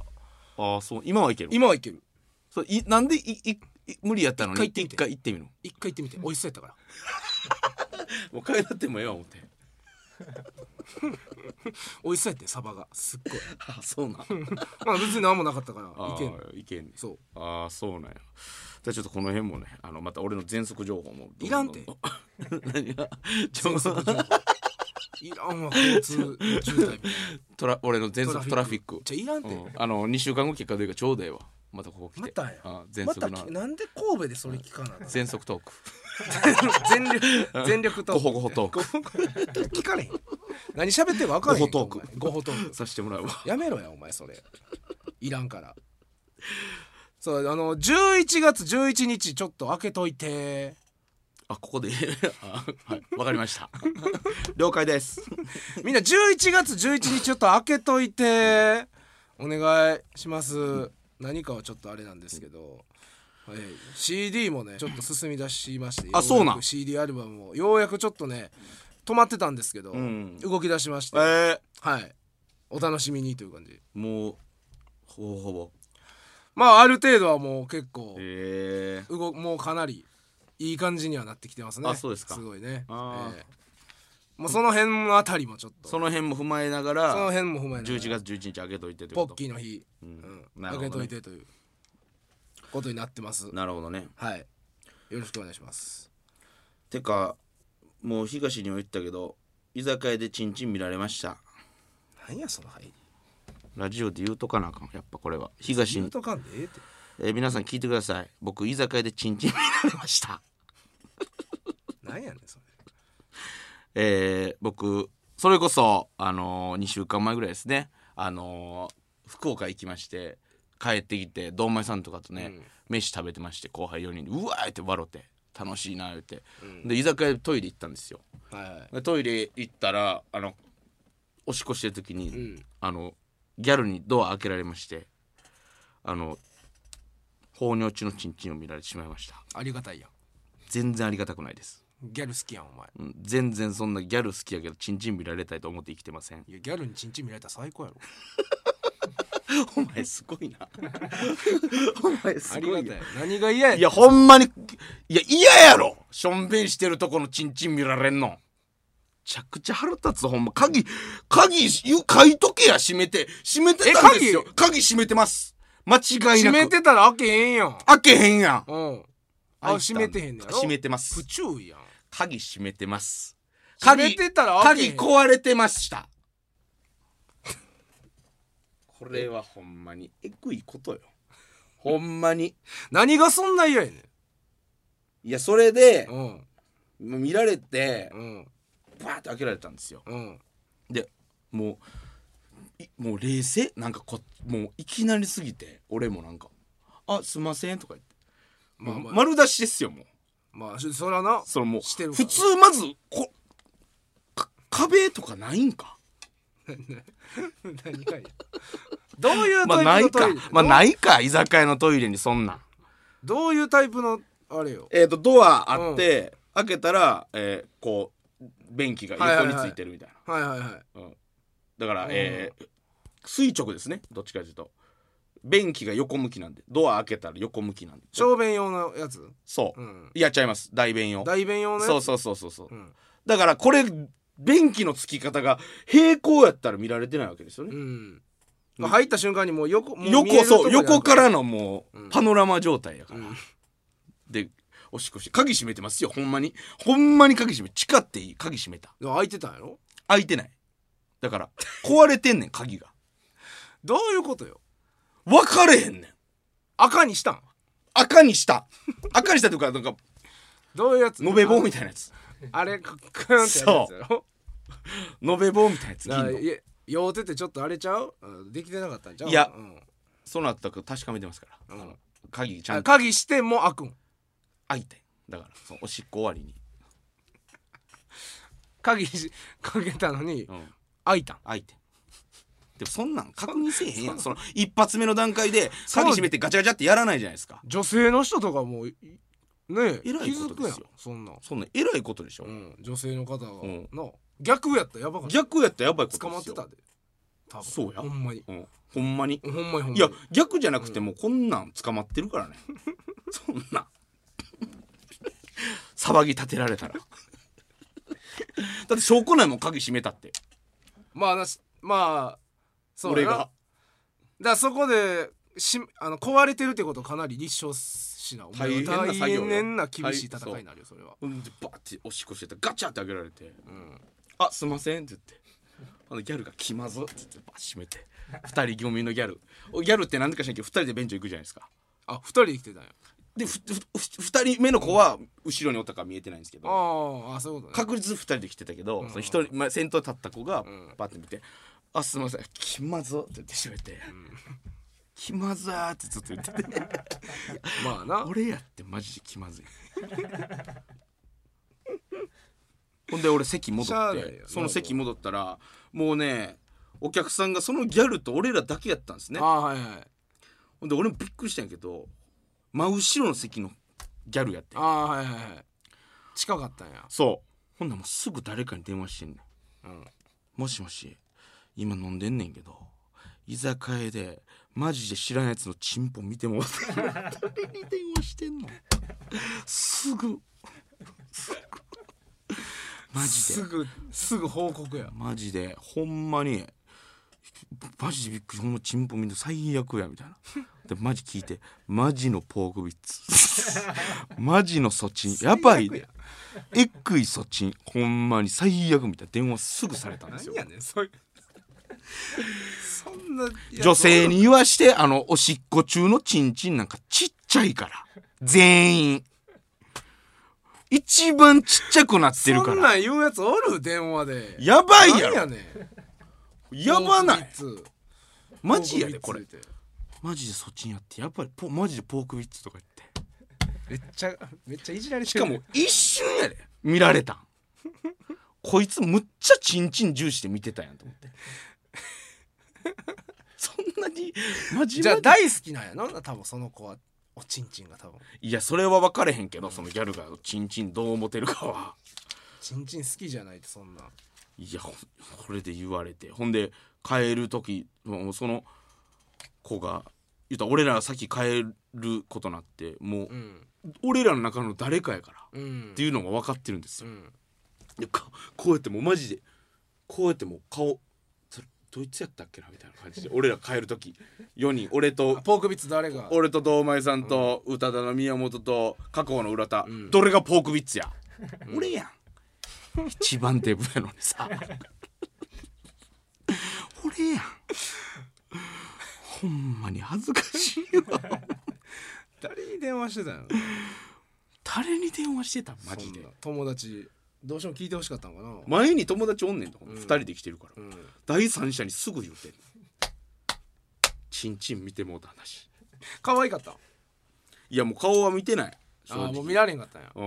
Speaker 1: あそう今はいける
Speaker 2: 今はいける
Speaker 1: そういなんでいいい無理やったのに
Speaker 2: 一回行ってみて
Speaker 1: 一回行ってみるの
Speaker 2: 一回行ってみて美味しそうやったから
Speaker 1: もう帰らってもええわ思って
Speaker 2: 美味しそうやってサバがすっごい
Speaker 1: ああそうなん
Speaker 2: まあ別に何もなかったからいけんの
Speaker 1: あーいけんね
Speaker 2: そう
Speaker 1: ああそうなんやじゃあちょっとこの辺もねあのまた俺の全速情報もど
Speaker 2: いらんて
Speaker 1: どどんどん 何 がちょ
Speaker 2: 全速情報いらんわ交通渋滞みたい
Speaker 1: トラ俺の全
Speaker 2: な
Speaker 1: 速 トラフィック
Speaker 2: じゃあいらんて、
Speaker 1: うんあの2週間後結果出るからちょうどええわまたここ来て
Speaker 2: またや
Speaker 1: あ全
Speaker 2: ま
Speaker 1: 速
Speaker 2: た
Speaker 1: の
Speaker 2: きなんで神戸でそれ聞かなあかん
Speaker 1: 全速トーク
Speaker 2: 全力全力トーク
Speaker 1: ごほごほトーク
Speaker 2: 聞かれへん何喋ってるか分からへん
Speaker 1: ごほトーク
Speaker 2: ごほトーク
Speaker 1: させてもらうわ
Speaker 2: やめろやお前それいらんからそうあの11月11日ちょっと開けといて
Speaker 1: あここで あはいわかりました 了解です
Speaker 2: みんな11月11日ちょっと開けといてお願いします何かはちょっとあれなんですけど、えー CD もねちょっと進み出しまして
Speaker 1: あ
Speaker 2: よやく
Speaker 1: そうなん
Speaker 2: CD アルバムをようやくちょっとね止まってたんですけど、
Speaker 1: うん
Speaker 2: 動き出しまして、
Speaker 1: え
Speaker 2: はいお楽しみにという感じ
Speaker 1: ー、もうほぼほぼ
Speaker 2: まあある程度はもう結構
Speaker 1: ええ
Speaker 2: 動もうかなりいい感じにはなってきてますね
Speaker 1: あそうですか
Speaker 2: すごいね
Speaker 1: あー
Speaker 2: えーもうその辺のあたりもちょっと
Speaker 1: そ
Speaker 2: そ
Speaker 1: の辺も踏まえながら
Speaker 2: の辺も踏まえながら
Speaker 1: 11月11日開けといてって
Speaker 2: ポ
Speaker 1: こ
Speaker 2: ッ
Speaker 1: と
Speaker 2: キーの日、う
Speaker 1: うん
Speaker 2: ん
Speaker 1: な
Speaker 2: 開
Speaker 1: るほど
Speaker 2: け
Speaker 1: ね
Speaker 2: といてということになってます
Speaker 1: なるほどね
Speaker 2: はいよろしくお願いします
Speaker 1: てかもう東にも言ったけど居酒屋でチンチン見られました
Speaker 2: 何やその入り
Speaker 1: ラジオで言うとかなあかんやっぱこれは東
Speaker 2: 言う
Speaker 1: に、
Speaker 2: とかんでええって
Speaker 1: えー皆さん聞いてください僕居酒屋でチンチン見られました
Speaker 2: 何やねんそれ
Speaker 1: えー僕それこそ、あのー、2週間前ぐらいですね、あのー福岡行きまして帰ってきて堂前さんとかとね、
Speaker 2: うん
Speaker 1: 飯食べてまして後輩4人でうわーって笑って楽しいな言うて、
Speaker 2: うん
Speaker 1: で居酒屋でトイレ行ったんですよ
Speaker 2: はいはい
Speaker 1: でトイレ行ったらあのおしっこしてる時に、
Speaker 2: うん
Speaker 1: あのギャルにドア開けられましてあの放尿中のチンチンを見られてしまいました
Speaker 2: ありがたいやん
Speaker 1: 全然ありがたくないです、
Speaker 2: ギャル好きやんお前
Speaker 1: うん、全然そんなギャル好きやけどチンチン見られたいと思って生きてません
Speaker 2: いやギャルにチンチン見られたら最高やろ
Speaker 1: お前すごいな。お前
Speaker 2: あ
Speaker 1: す
Speaker 2: り
Speaker 1: ご
Speaker 2: が
Speaker 1: い
Speaker 2: たい
Speaker 1: よ。
Speaker 2: 何が嫌や
Speaker 1: いやほんまにいや嫌やろしょんべんしてるとこのチンチン見られんのめちゃくちゃ腹立つほんま鍵鍵ゆ書いとけや閉めて閉めてたんですよ
Speaker 2: え
Speaker 1: 鍵閉めてます間違いな
Speaker 2: 閉
Speaker 1: く
Speaker 2: めてたら開けへんやん
Speaker 1: 開けへんやん
Speaker 2: うんあ閉めてへんねやろ
Speaker 1: 閉めてます
Speaker 2: 不注意やん
Speaker 1: 鍵閉めてます
Speaker 2: 閉
Speaker 1: 鍵
Speaker 2: めてたら開けへ
Speaker 1: 鍵
Speaker 2: ん
Speaker 1: 壊れてま したこれはほんまにえぐいこ とよほんまに
Speaker 2: 何がそんな嫌やねん
Speaker 1: いやそれで
Speaker 2: うん
Speaker 1: もう見られて
Speaker 2: うん
Speaker 1: バーって開けられたんですよ
Speaker 2: うん
Speaker 1: でもういもう冷静なんかこもういきなりすぎて俺もなんか「あすいません」とか言って、
Speaker 2: まあ
Speaker 1: も
Speaker 2: ま
Speaker 1: う
Speaker 2: あ
Speaker 1: 丸出しですよもう
Speaker 2: まあしそらな
Speaker 1: そのもう
Speaker 2: してるか
Speaker 1: 普
Speaker 2: ら
Speaker 1: 通まずこか壁とかないんか
Speaker 2: 何がいいどういう
Speaker 1: まあ
Speaker 2: タ
Speaker 1: な
Speaker 2: イプ
Speaker 1: い
Speaker 2: のト
Speaker 1: か
Speaker 2: イレ、
Speaker 1: まあないか居酒屋のトイレにそんなん
Speaker 2: どうどういうタイプのあれよ
Speaker 1: えっ、とドアあって、開けたら、えーこう便器が横についてるみたいな、
Speaker 2: はいはいはい
Speaker 1: うん、だから、
Speaker 2: うん
Speaker 1: えー垂直ですねどっちかというと便器が横向きなんでドア開けたら横向きなんで
Speaker 2: 小便用のやつ
Speaker 1: そう、
Speaker 2: うん
Speaker 1: やっちゃいます大便用
Speaker 2: 大便用のやつ
Speaker 1: そうそうそうそうそう、
Speaker 2: ん
Speaker 1: だからこれ便器のつき方が平行やったら見られてないわけですよね、
Speaker 2: うんまあ入った瞬間にもう横もう見え
Speaker 1: 横
Speaker 2: るとこ
Speaker 1: そう
Speaker 2: にある
Speaker 1: 横からのもう、
Speaker 2: うん
Speaker 1: パノラマ状態やから、
Speaker 2: うん
Speaker 1: でおしっこして鍵閉めてますよほんまにほんまに鍵閉め誓っていい鍵閉めた
Speaker 2: でも開いてたんやろ
Speaker 1: 開いてないだから壊れてんねん鍵が
Speaker 2: どういうことよ
Speaker 1: 分かれへんねん
Speaker 2: 赤にしたん
Speaker 1: 赤にした赤にしたというかなんか
Speaker 2: どういうやつ
Speaker 1: 延べ棒みたいなやつ
Speaker 2: あれクックンってやるやつやろ
Speaker 1: 延べ棒みたいなやつ
Speaker 2: だから
Speaker 1: 銀の
Speaker 2: いえ酔うててちょっとあれちゃううんできてなかったんちゃうい
Speaker 1: いや
Speaker 2: うん
Speaker 1: その後だから確かめてますから、
Speaker 2: うん
Speaker 1: あの鍵ちゃ
Speaker 2: あ
Speaker 1: んと
Speaker 2: 鍵しても開くん
Speaker 1: 開いてだからそのおしっこ終わりに、
Speaker 2: 鍵しかけたのに
Speaker 1: うん、
Speaker 2: 開いたん
Speaker 1: 開いてでもそんなん確認せえへんやんその一発目の段階で
Speaker 2: そう
Speaker 1: 鍵閉めてガチャガチャってやらないじゃないですか
Speaker 2: 女性の人とかもういねえ
Speaker 1: えらい
Speaker 2: 気
Speaker 1: こ
Speaker 2: づ
Speaker 1: と
Speaker 2: く
Speaker 1: で
Speaker 2: や
Speaker 1: す
Speaker 2: ん
Speaker 1: よ
Speaker 2: そんなん
Speaker 1: そんなんえらいことでしょ、
Speaker 2: うん、女性の方が、
Speaker 1: うん
Speaker 2: の逆やったらやばかった
Speaker 1: 逆やったらやばいこと
Speaker 2: 捕ま
Speaker 1: で
Speaker 2: っ
Speaker 1: す
Speaker 2: て
Speaker 1: よ
Speaker 2: たで多分
Speaker 1: そうや
Speaker 2: ほんまに
Speaker 1: うんほんまに
Speaker 2: ほんまにほんまに
Speaker 1: いや逆じゃなくてもうこんなん捕まってるからね そんな 騒ぎ立てられたらだ って証拠内もん鍵閉めたって
Speaker 2: まあなしまあそう
Speaker 1: 俺
Speaker 2: やな
Speaker 1: が
Speaker 2: だからそこでしあの壊れてるってことをかなり立証しなお前は
Speaker 1: 大変な作業よ
Speaker 2: 大変な厳しい戦いになるよそれは、
Speaker 1: うんでバーっておしっこしてたらガチャって開けられて
Speaker 2: うん、
Speaker 1: 「あすいません」って言ってあのギャルが「気まず」って言ってバー閉めて二人組のギャルおギャルって何でか知らんけど二人でベンチ行くじゃないですか
Speaker 2: あ二人で来てたんや
Speaker 1: でふふふ二人目の子は後ろにおったから見えてないんですけど
Speaker 2: あああそういうことね
Speaker 1: 確実2人で来てたけど、
Speaker 2: うん
Speaker 1: その一人、まあ、先頭立った子が
Speaker 2: ん
Speaker 1: バッて見て「あすいません気まず」って言って閉めて「気まずー」ってずっと言って て
Speaker 2: まあな
Speaker 1: 俺やってマジで気まずいほんで俺席戻
Speaker 2: しゃあ
Speaker 1: っ
Speaker 2: ない
Speaker 1: て
Speaker 2: よ
Speaker 1: その席戻ったらもうねお客さんがそのギャルと俺らだけやったんですね
Speaker 2: ああはいはい
Speaker 1: ほんで俺もびっくりしたんやけど真後ろの席のギャルやって
Speaker 2: ああはいはいはい近かったんや
Speaker 1: そうほんならもうすぐ誰かに電話してんねん
Speaker 2: うん
Speaker 1: もしもし今飲んでんねんけど居酒屋でマジで知らんやつのチンポ見てもらって誰に電話してんのすぐすぐマジです
Speaker 2: ぐすぐ報告や
Speaker 1: マジでほんまにマジでびっくりほんまチンポ見て最悪やみたいなでマジ聞いてマジのポークビッツマジのそちんやばいでえっくいそちんほんまに最悪みたいな電話すぐされたんで すよ
Speaker 2: 何やねんそういうそんな
Speaker 1: 女性
Speaker 2: に
Speaker 1: に言わしてあのおしっこ中のチンチンなんかちっちゃいから全員一番ちっちゃくなってる
Speaker 2: そ
Speaker 1: か
Speaker 2: ん
Speaker 1: ら
Speaker 2: なん言うやつおる電話で
Speaker 1: やばいや
Speaker 2: 何
Speaker 1: ろ
Speaker 2: やねん
Speaker 1: やばな
Speaker 2: 報
Speaker 1: い
Speaker 2: 告つ
Speaker 1: マジやでこれ
Speaker 2: 報告つ言う
Speaker 1: マジでそっちにやってやっぱりポ マジでポークビッツとか言って
Speaker 2: てめっちゃめっちゃいじられて
Speaker 1: し
Speaker 2: る
Speaker 1: かも一瞬やで見られたん こいつむっちゃチンチン重視で見てたやんと思って そんなにマジ
Speaker 2: じゃあ大好きなんやな多分その子はおちんちんが多分
Speaker 1: いやそれは分かれへんけどそのギャルがチンチンどう思ってるかは。
Speaker 2: ちんちん好きじゃないとそんない
Speaker 1: やほんこれで言われてほんで帰る時もうその子が言ったら俺らが先帰ることになってもう
Speaker 2: うん
Speaker 1: 俺らの中の誰かやからっ
Speaker 2: うん
Speaker 1: ていうのが分かってるんです
Speaker 2: う
Speaker 1: よ、
Speaker 2: ん
Speaker 1: でかこうやってもうマジでこうやってもう顔それどいつやったっけなみたいな感じで俺ら帰る時4人俺と
Speaker 2: あポークビッツ誰が
Speaker 1: 俺と堂前さんと宇多田の宮本と加工の浦田、
Speaker 2: うん
Speaker 1: どれがポークビッツや、俺やん一番デブやのに さ俺やんほんまに恥ずかしいわ
Speaker 2: 誰に電話してたんやろ
Speaker 1: 誰に電話してたんマジ
Speaker 2: そ
Speaker 1: で
Speaker 2: んな友達どうしても聞いてほしかったんかな
Speaker 1: 前に友達おんねんとか、
Speaker 2: ん
Speaker 1: 二人で来てるか
Speaker 2: う
Speaker 1: ら、
Speaker 2: ん
Speaker 1: 第三者にすぐ言うてんチンチン見てもうた話
Speaker 2: 可愛かった
Speaker 1: いやもう顔は見てない
Speaker 2: あー
Speaker 1: 正直
Speaker 2: もう見られんかったんや
Speaker 1: う
Speaker 2: あ
Speaker 1: ん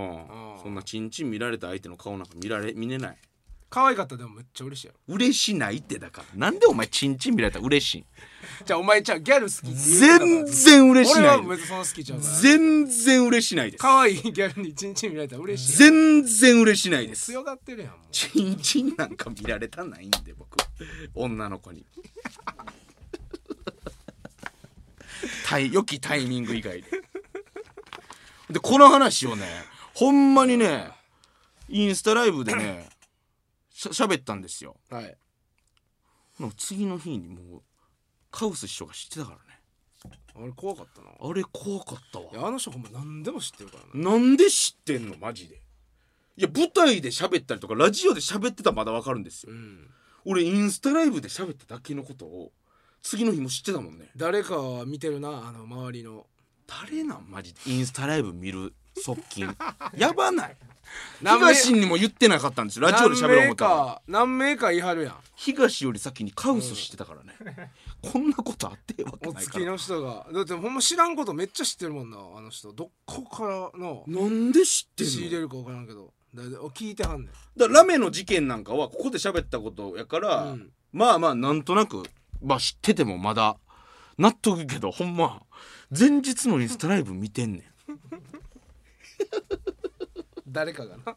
Speaker 2: ー
Speaker 1: そんなチンチン見られた相手の顔なんか見られ見れない
Speaker 2: 可愛かったでもめっちゃ嬉しいやろ
Speaker 1: 嬉しないってだからなんでお前チンチン見られたら嬉しい
Speaker 2: じゃあお前ちゃうギャル好きって言うてたから
Speaker 1: 全然嬉し
Speaker 2: 俺
Speaker 1: な
Speaker 2: はい別にその好きちゃうから
Speaker 1: 全然嬉しないです
Speaker 2: 可愛いギャルにちんちん見られたら嬉しい
Speaker 1: 全然嬉しないです
Speaker 2: 強がってるやんもう
Speaker 1: チンチンなんか見られたないんで僕女の子に タイ良きタイミング以外ででこの話をねほんまにねインスタライブでねしゃ喋ったんですよ
Speaker 2: はい
Speaker 1: もう次の日にもうカウス師匠が知ってたからね
Speaker 2: 俺怖かったな
Speaker 1: あれ怖かった
Speaker 2: い
Speaker 1: わ
Speaker 2: やあの人ほんま何でも知ってるからな
Speaker 1: なんで知ってんのマジでいや舞台で喋ったりとかラジオで喋ってたらまだわかるんですよ
Speaker 2: うん
Speaker 1: 俺インスタライブで喋っただけのことを次の日も知ってたもんね
Speaker 2: 誰かは見てるなあの周りの
Speaker 1: 誰なんマジでインスタライブ見る側近 やばない
Speaker 2: 何名
Speaker 1: 東にも言ってなかったんですよラジオで喋ろう思ったら
Speaker 2: 何名か何名か言い張るやん
Speaker 1: 東より先にカウスしてたから ね、こんなことあってえわけ
Speaker 2: お
Speaker 1: ない
Speaker 2: 付
Speaker 1: か
Speaker 2: き
Speaker 1: ら
Speaker 2: の人がだってほんま知らんことめっちゃ知ってるもんなあの人どこからの
Speaker 1: なんで知ってんの
Speaker 2: 仕入れるか分からんけどだだ聞いてはんねん
Speaker 1: だからラメの事件なんかはここで喋ったことやから、
Speaker 2: うん
Speaker 1: まあまあなんとなくまあ知っててもまだ納得いくけどほんま前日のインスタライブ見てんねん
Speaker 2: 誰か がな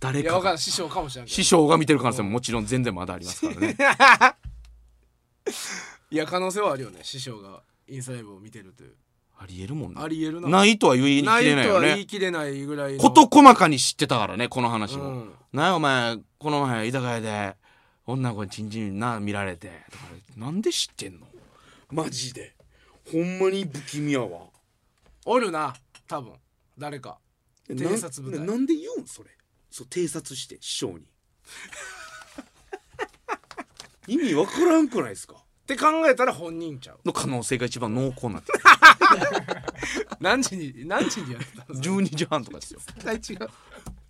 Speaker 1: 誰
Speaker 2: いや
Speaker 1: か
Speaker 2: わから
Speaker 1: が
Speaker 2: ん師匠かもしれんけ
Speaker 1: 師匠が見てる可能性ももちろん全然まだありますからね
Speaker 2: どいや可能性はあるよね師匠がインスタライブを見てるという
Speaker 1: ありえるもんな
Speaker 2: ありえるな
Speaker 1: ないとは言い切れない
Speaker 2: と
Speaker 1: よ
Speaker 2: は言い
Speaker 1: ね
Speaker 2: 切れないぐらいの
Speaker 1: 事細かに知ってたからねこの話
Speaker 2: う
Speaker 1: を、
Speaker 2: ん
Speaker 1: なんやお前この前居酒屋で女の子にチンチンな見られてとかなんで知ってんのマジでほんまに不気味やわ
Speaker 2: おるな多分誰か偵察部隊
Speaker 1: ななんで言うんそれそう偵察して師匠 に意味わからんくないですか
Speaker 2: って考えたら本人ちゃう
Speaker 1: の可能性が一番濃厚になってる
Speaker 2: 何時に何時にやってたの
Speaker 1: 12時半とかですよ
Speaker 2: 絶対違う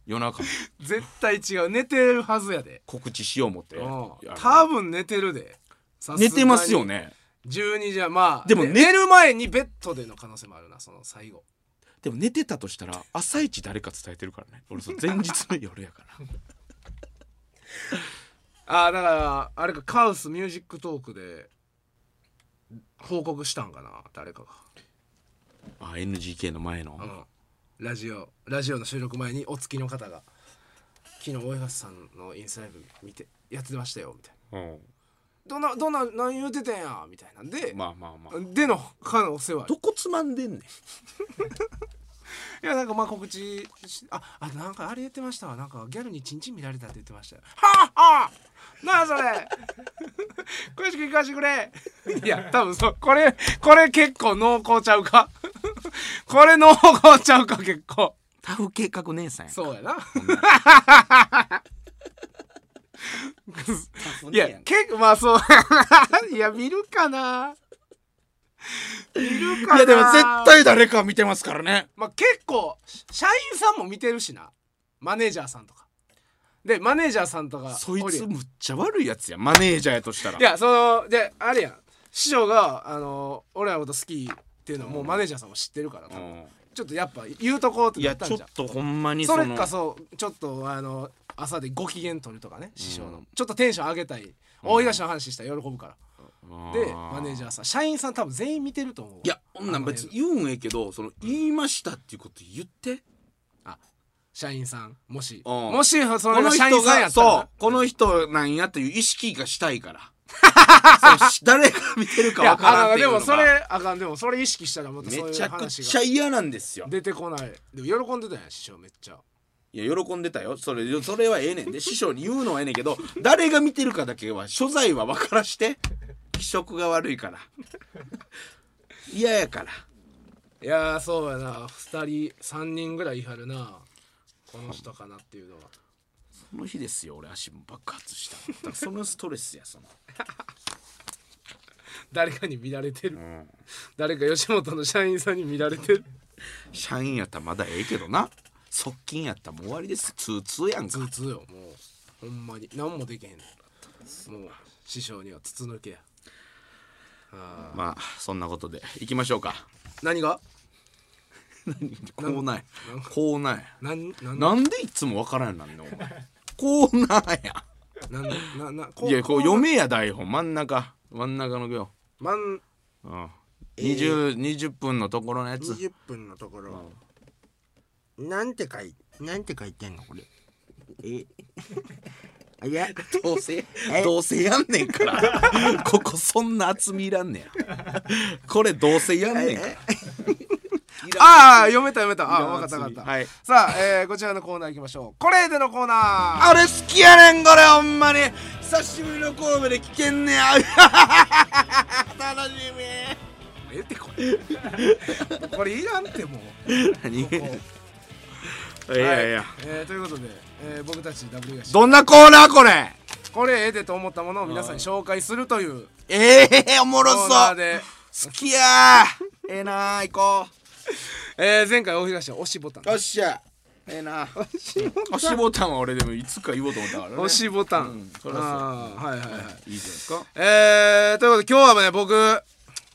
Speaker 1: 夜中に
Speaker 2: 絶対違う寝てるはずやで
Speaker 1: 告知しよう思って
Speaker 2: うん
Speaker 1: やる
Speaker 2: 多分寝てるでさすが
Speaker 1: 寝
Speaker 2: に
Speaker 1: てますよね
Speaker 2: 12時はまあ
Speaker 1: でも
Speaker 2: ね
Speaker 1: 寝
Speaker 2: 寝る前にベッドでの可能性もあるなその最後
Speaker 1: でも寝てたとしたら朝一誰か伝えてるからね俺そう前日の夜やから
Speaker 2: ああだからあれかカウスミュージックトークで報告したんかな誰かが
Speaker 1: あ NGK の前の
Speaker 2: あのラジオラジオの収録前にお付きの方が「昨日大東さんのインスタライブ見てやってましたよ」みたいな
Speaker 1: うん
Speaker 2: 「どんなどんな何言うてたんや」みたいなんで、
Speaker 1: まあまあまあ
Speaker 2: での可能性はある
Speaker 1: どこつまんでんねん
Speaker 2: いやなんかまあ告知しああなんかあれ言ってましたわなんかギャルにチンチン見られたって言ってましたよはあはあなあそれ詳しく聞かせてくれいや多分そうこれこれ結構濃厚ちゃうかこれ濃厚ちゃうか結構
Speaker 1: タフ計画姉さんや
Speaker 2: そうやな
Speaker 1: タフ
Speaker 2: い
Speaker 1: 姉
Speaker 2: や
Speaker 1: やん
Speaker 2: 結構まあそう いや見るかな見るかない
Speaker 1: やでも絶対誰か見てますからね
Speaker 2: まあ、結構社員さんも見てるしなマネージャーさんとかでマネージャーさんとか
Speaker 1: そい
Speaker 2: おる
Speaker 1: つ
Speaker 2: やん
Speaker 1: むっちゃ悪いやつやマネージャーやとしたら
Speaker 2: いやそのであれやん師匠があの俺らのこと好きっていうのはもうマネージャーさんも知ってるから、
Speaker 1: う
Speaker 2: 多分
Speaker 1: ん
Speaker 2: ちょっとやっぱ言うとこうって
Speaker 1: い
Speaker 2: な
Speaker 1: や
Speaker 2: ったん
Speaker 1: ち
Speaker 2: じ
Speaker 1: ょ
Speaker 2: ゃ
Speaker 1: っ
Speaker 2: ん
Speaker 1: とほんまに
Speaker 2: そ
Speaker 1: そ
Speaker 2: れ
Speaker 1: の
Speaker 2: かそうちょっとあの朝でご機嫌取るとかね師匠の、
Speaker 1: うん
Speaker 2: ちょっとテンション上げたい大東の話したら喜ぶから、でマネージャ
Speaker 1: ー
Speaker 2: ーさん社員さん多分全員見てると思う
Speaker 1: いやこんなん別に言うんええけどその言いましたっていうこと言って
Speaker 2: 社員さんもし
Speaker 1: うん
Speaker 2: もしそ
Speaker 1: こ
Speaker 2: れが
Speaker 1: の人
Speaker 2: 社員さんや
Speaker 1: が
Speaker 2: ったらな
Speaker 1: そうこの人なんやという意識がしたいから そうし誰が見てるか
Speaker 2: いや
Speaker 1: わからん
Speaker 2: あの
Speaker 1: っていう
Speaker 2: で
Speaker 1: のが
Speaker 2: もそれあかんでもそれ意識したらまたそう
Speaker 1: め
Speaker 2: いう
Speaker 1: ちゃく
Speaker 2: 話
Speaker 1: ちゃ
Speaker 2: が
Speaker 1: 嫌なんですよ
Speaker 2: 出てこないでも喜んでたやん師匠めっちゃ
Speaker 1: いや喜んでたよそれそれはええね んで師匠に言うのはええねんけど誰が見てるかだけは所在は分からして気色が悪いから嫌やから
Speaker 2: いやーそうやな2人3人ぐらいいはるなこの人かなっていうのは
Speaker 1: その日ですよ俺足も爆発しただからそのストレスやその、
Speaker 2: 誰かに見られてる
Speaker 1: うん、
Speaker 2: 誰か吉本の社員さんに見られてる
Speaker 1: 社員やったらまだええけどな側近やったらもう終わりです通通やんか
Speaker 2: 頭痛よもうほんまに何もできへんもう師匠には筒抜けやあ
Speaker 1: まあそんなことで行きましょうか
Speaker 2: ー何が
Speaker 1: こうないこうない
Speaker 2: 何何
Speaker 1: なんでいつもわからんようになんねんお前こうないや
Speaker 2: 何ななこ
Speaker 1: いやこう読めや台本真ん中真ん中の行
Speaker 2: まん
Speaker 1: うん20 20分のところのやつ
Speaker 2: 20分のところ、なんて書いなんて書いてんのこれ
Speaker 3: いや、
Speaker 1: どうせどうせやんねんから ここそんな厚みいらんねやこれどうせやんねんから
Speaker 2: ああ読めた読めたああ分かった分かった、
Speaker 1: はい
Speaker 2: さあ、えーこちらのコーナー行きましょうこれでのコーナー
Speaker 1: あれ好きやねんこれほんまに久しぶりの神戸で聞けん ねん楽し
Speaker 2: ええってこれこれいらんってもう
Speaker 1: み
Speaker 2: ここ
Speaker 1: いやいや、
Speaker 2: はえーということで、えー僕たち W がし
Speaker 1: どんなコーナーこれ
Speaker 2: これええでと思ったものを皆さんに紹介するという
Speaker 1: ええおも
Speaker 2: コ
Speaker 1: ろ
Speaker 2: ー
Speaker 1: そ
Speaker 2: ナー
Speaker 1: う
Speaker 2: で、
Speaker 1: 好きやーええなー行こ
Speaker 2: えー前回大東は押しボタン
Speaker 1: うよっしゃええな
Speaker 2: 押しボ
Speaker 1: 押しボタンは俺でもいつか言おうと思ったからね
Speaker 2: 押しボタン、
Speaker 1: うんそりゃそ
Speaker 2: あ
Speaker 1: う
Speaker 2: あはいはいはい
Speaker 1: いいじゃないですか
Speaker 2: えー、ということで今日はね僕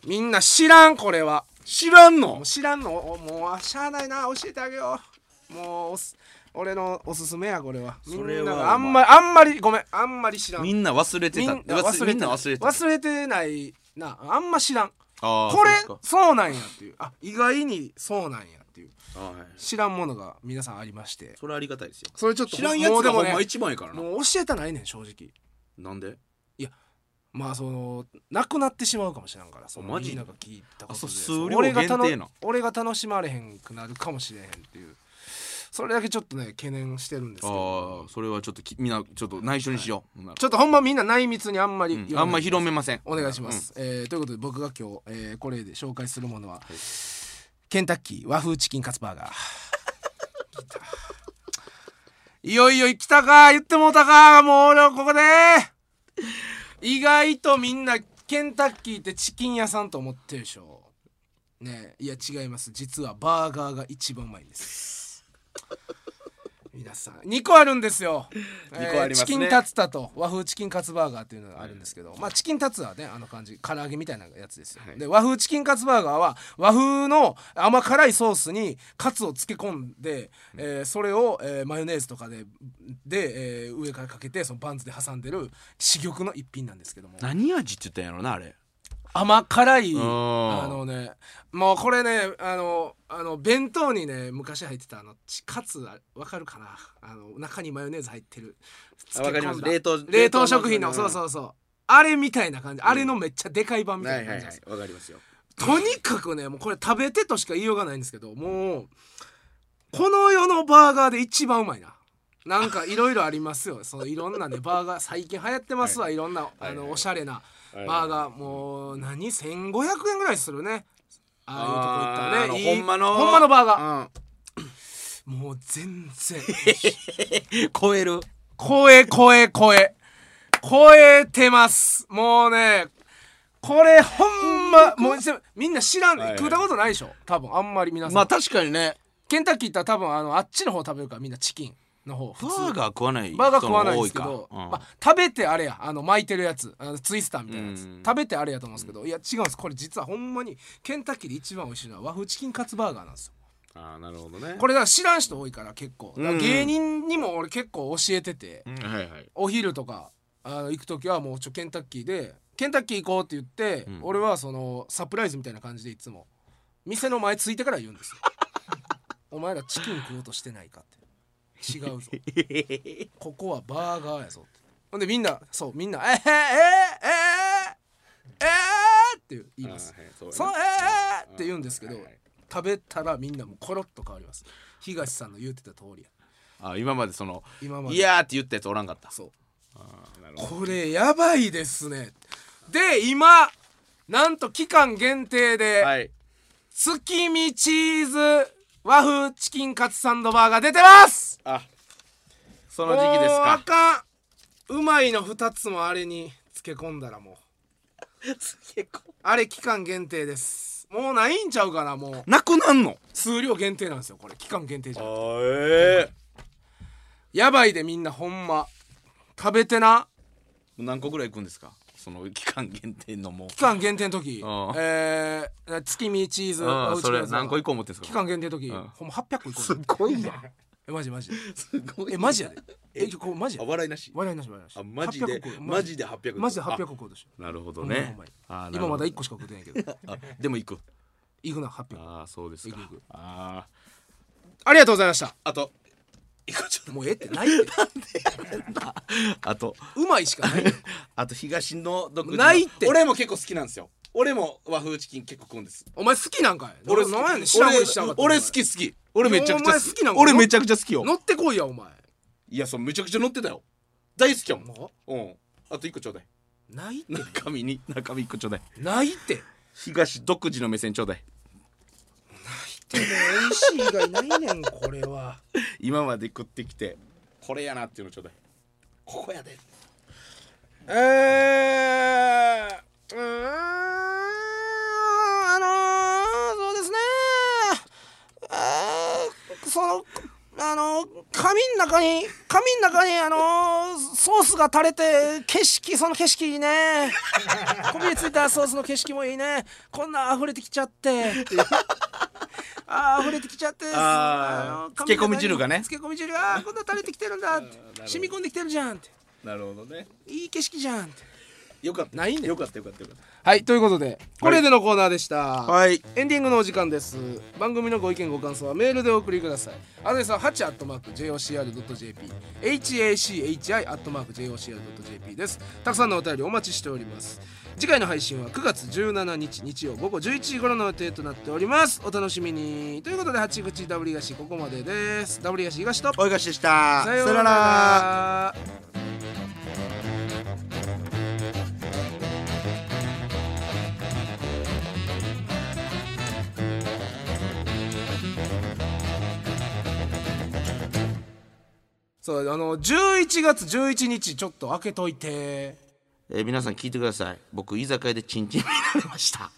Speaker 2: みんな知らんこれは
Speaker 1: 知らん
Speaker 2: も
Speaker 1: の
Speaker 2: う知らんのおもうあしゃあないな教えてあげようもうおす俺のおすすめやこれはみ
Speaker 1: そ
Speaker 2: ん
Speaker 1: れは
Speaker 2: ながあんまりあんまりごめんあんまり知らん
Speaker 1: みんな忘れてた
Speaker 2: みんな忘れて
Speaker 1: みんな忘れてた
Speaker 2: 忘れてないなあんま知らん
Speaker 1: あー
Speaker 2: これ
Speaker 1: そうですか
Speaker 2: そうなんやっていうあ意外にそうなんやってっていう
Speaker 1: はい
Speaker 2: 知らんものが皆さんありまして
Speaker 1: それありがたいですよ
Speaker 2: それちょっと
Speaker 1: 知らんや
Speaker 2: も
Speaker 1: つがほ
Speaker 2: うんでも
Speaker 1: ま
Speaker 2: ね
Speaker 1: 一番やからな
Speaker 2: もう教えたないねん正直
Speaker 1: なんで
Speaker 2: まあそのなくなってしまうかもしれんからその
Speaker 1: マジ
Speaker 2: みんなが聞いたこと
Speaker 1: あそう
Speaker 2: で
Speaker 1: 数量
Speaker 2: 俺が
Speaker 1: 限定な
Speaker 2: 楽俺が楽しまれへんくなるかもしれへんっていうそれだけちょっとね懸念してるんですけど
Speaker 1: ああそれはちょっときみんなちょっと内緒にしよう、ほんなら
Speaker 2: ちょっとほんまみんな内密にあんまり
Speaker 1: うん
Speaker 2: 言
Speaker 1: あ
Speaker 2: わ
Speaker 1: ん
Speaker 2: な
Speaker 1: ま
Speaker 2: いで
Speaker 1: 広めません
Speaker 2: お願いしま、す、えーということで僕が今日、えーこれで紹介するものは、ケンタッキー和風チキンカツバーガ ー来たいよいよ来たか言ってもうたかもう俺はここで意外とみんなケンタッキーってチキン屋さんと思ってるでしょねえいや違います実はバーガーが一番うまいんです皆さん2個あるんですよ、
Speaker 1: 二個ありますね
Speaker 2: チキンタツタと和風チキンカツバーガーっていうのがあるんですけど、まあチキンタツタはねあの感じ唐揚げみたいなやつですよ、
Speaker 1: はい
Speaker 2: で和風チキンカツバーガーは和風の甘辛いソースにカツを漬け込んで、えーそれを、えーマヨネーズとかでで、えー上からかけてそのバンズで挟んでる珠玉の一品なんですけども
Speaker 1: うん何味って言ったんやろなあれ
Speaker 2: 甘辛い
Speaker 1: ん
Speaker 2: あのねもうこれねあのあの弁当にね昔入ってたあのチカツあわかるかなあの中にマヨネーズ入ってる
Speaker 1: あわかります
Speaker 2: 漬け込んだ
Speaker 1: 冷凍
Speaker 2: 冷凍食品の、
Speaker 1: 冷凍
Speaker 2: そ
Speaker 1: の
Speaker 2: うそうそうあれみたいな感じ、あれのめっちゃでかい版みたいな感じなんですよ、
Speaker 1: わかりますよ
Speaker 2: とにかくねもうこれ食べてとしか言いようがないんですけどもうこの世のバーガーで一番うまいななんかいろいろありますよそのいろんなねバーガー最近流行ってますわ、い、ろんなあ
Speaker 1: はい
Speaker 2: の
Speaker 1: はい
Speaker 2: おしゃれな、
Speaker 1: はい
Speaker 2: バーガーもう何1500円ぐらいするねああいうとこ行ったらね
Speaker 1: あー
Speaker 2: いい
Speaker 1: あのほんまの
Speaker 2: ほんまのバーガー
Speaker 1: うん
Speaker 2: もう全然
Speaker 1: 超える
Speaker 2: 超え超え超え超えてますもうねこれほんまもうみんな知らん、
Speaker 1: はいはい
Speaker 2: 食ったことないでしょ多分あんまり皆さん、
Speaker 1: まあ確かにね
Speaker 2: ケンタッキー行ったら多分あのあっちの方食べるからみんなチキンの方普
Speaker 1: バ
Speaker 2: 通
Speaker 1: ーガー食わない人
Speaker 2: バーガー
Speaker 1: の
Speaker 2: 食わないん
Speaker 1: 方が多
Speaker 2: で
Speaker 1: い
Speaker 2: すけ
Speaker 1: か
Speaker 2: ど、
Speaker 1: うん
Speaker 2: まあ、食べてあれやあの巻いてるやつあのツイスターみたいなやつ
Speaker 1: うん
Speaker 2: 食べてあれやと思うんですけどいや違うんですこれ実はほんまにケンタッキーで一番美味しいのは和風チキンカツバーガーなんですよ
Speaker 1: ああなるほどね
Speaker 2: これだから知らん人多いから結構だから
Speaker 1: うん
Speaker 2: 芸人にも俺結構教えてて
Speaker 1: うんはいはい
Speaker 2: お昼とかあの行く時はもうちょケンタッキーでケンタッキー行こうって言って、
Speaker 1: うん
Speaker 2: 俺はそのサプライズみたいな感じでいつも店の前着いてから言うん ですよお前らチキン食おうとしてないかって違 うぞここはバーガーやぞってほんでみんなそうみんな「えー、えー、えー、えー、えー、っていう言います
Speaker 1: あーはいそうやね
Speaker 2: そうえー、って言うんですけど、
Speaker 1: はいはい
Speaker 2: 食べたらみんなもうコロッと変わります東さんの言うてた通りや
Speaker 1: あ今までその
Speaker 2: 今まで
Speaker 1: いやーって言ったやつおらんかった
Speaker 2: そう
Speaker 1: あーなるほど
Speaker 2: これやばいですねで今なんと期間限定で、
Speaker 1: はい
Speaker 2: 月見チーズ和風チキンカツサンドバーガー出てます
Speaker 1: あその時期です
Speaker 2: もうあ
Speaker 1: か
Speaker 2: かんうまいの2つもあれに漬け込んだらもう
Speaker 1: 結構
Speaker 2: あれ期間限定ですもうないんちゃうかなもう
Speaker 1: なくなんの
Speaker 2: 数量限定なんですよこれ期間限定じ
Speaker 1: あ
Speaker 2: ゃん
Speaker 1: ーえ
Speaker 2: やばいでみんなほんま食べてな
Speaker 1: ー何個ぐらい行くんですかその期間限定のもう
Speaker 2: 期間限定の時
Speaker 1: うん
Speaker 2: えー、月見チーズ
Speaker 1: うんそれ何個以
Speaker 2: い
Speaker 1: 降持ってんすか
Speaker 2: 期間限定の時、
Speaker 1: うん
Speaker 2: ほんま800個いこう
Speaker 1: ごいな
Speaker 2: えマジマジ
Speaker 1: すごい
Speaker 2: えマジやでえこれマジ
Speaker 1: あ
Speaker 2: や
Speaker 1: 笑いなし
Speaker 2: 笑いなし笑いなし
Speaker 1: あマジで
Speaker 2: 800個
Speaker 1: マジで800
Speaker 2: マジで800個食うとし
Speaker 1: なるほど
Speaker 2: ね
Speaker 1: ね
Speaker 2: 今まだ1個しか食うてないけど
Speaker 1: あでも行く
Speaker 2: いくな800個
Speaker 1: ああそうですか
Speaker 2: 行く行く
Speaker 1: あ
Speaker 2: ありがとうございました
Speaker 1: ああと行くちょっと
Speaker 2: もうええってないって
Speaker 1: あと
Speaker 2: うまいしかない
Speaker 1: あと東の独自の
Speaker 2: ないって
Speaker 1: 俺も結構好きなんですよ俺も和風チキン結構食うんです
Speaker 2: お前好きなんかい
Speaker 1: 俺
Speaker 2: なんやねん知らん
Speaker 1: 俺
Speaker 2: ことしやがって
Speaker 1: 俺好き好き俺めちゃくち
Speaker 2: お
Speaker 1: ゃ
Speaker 2: 前好きなんか
Speaker 1: 俺めちゃくちゃ好きよ
Speaker 2: 乗ってこいやお前
Speaker 1: いやそうめちゃくちゃ乗ってたよ大好きやもん
Speaker 2: も
Speaker 1: うんあと一個ちょうだいう
Speaker 2: ないって
Speaker 1: 中身に中身一個ちょうだい
Speaker 2: ないって
Speaker 1: 東独自の目線ちょうだい
Speaker 2: でも美味しい以外ないねんこれは
Speaker 1: 今まで食ってきてこれやなっていうのちょうだいここやで
Speaker 2: えーうーんあのーそうですねあーそのあの紙の中に紙の中にあのソースが垂れて景色その景色いい ねこびりついたソースの景色もいいねこんな溢れてきちゃってっていうあー溢れてきちゃって
Speaker 1: あー
Speaker 2: の紙の中に
Speaker 1: 漬け込み汁がね
Speaker 2: 漬け込み汁があーこんな垂れてきてるんだって
Speaker 1: ほど
Speaker 2: 染み込んできてるじゃんって
Speaker 1: なるほどね
Speaker 2: いい景色じゃんって
Speaker 1: よかった
Speaker 2: ないねん
Speaker 1: よかったよかったよかっ
Speaker 2: はいということでこれでのコーナーでした、
Speaker 1: たはい
Speaker 2: エンディングのお時間です番組のご意見ご感想はメールでお送りくださいアドレスは 8-jocr.jp hachi-jocr.jp ですたくさんのお便りお待ちしております次回の配信は9月17日日曜午後11時頃の予定となっておりますお楽しみにということで八口ダブリガシここまでですダブリガシ東と
Speaker 1: おいがしでした
Speaker 2: さようならそうあの11月11日ちょっと開けといて。
Speaker 1: えー皆さん聞いてください僕居酒屋でチンチン見られました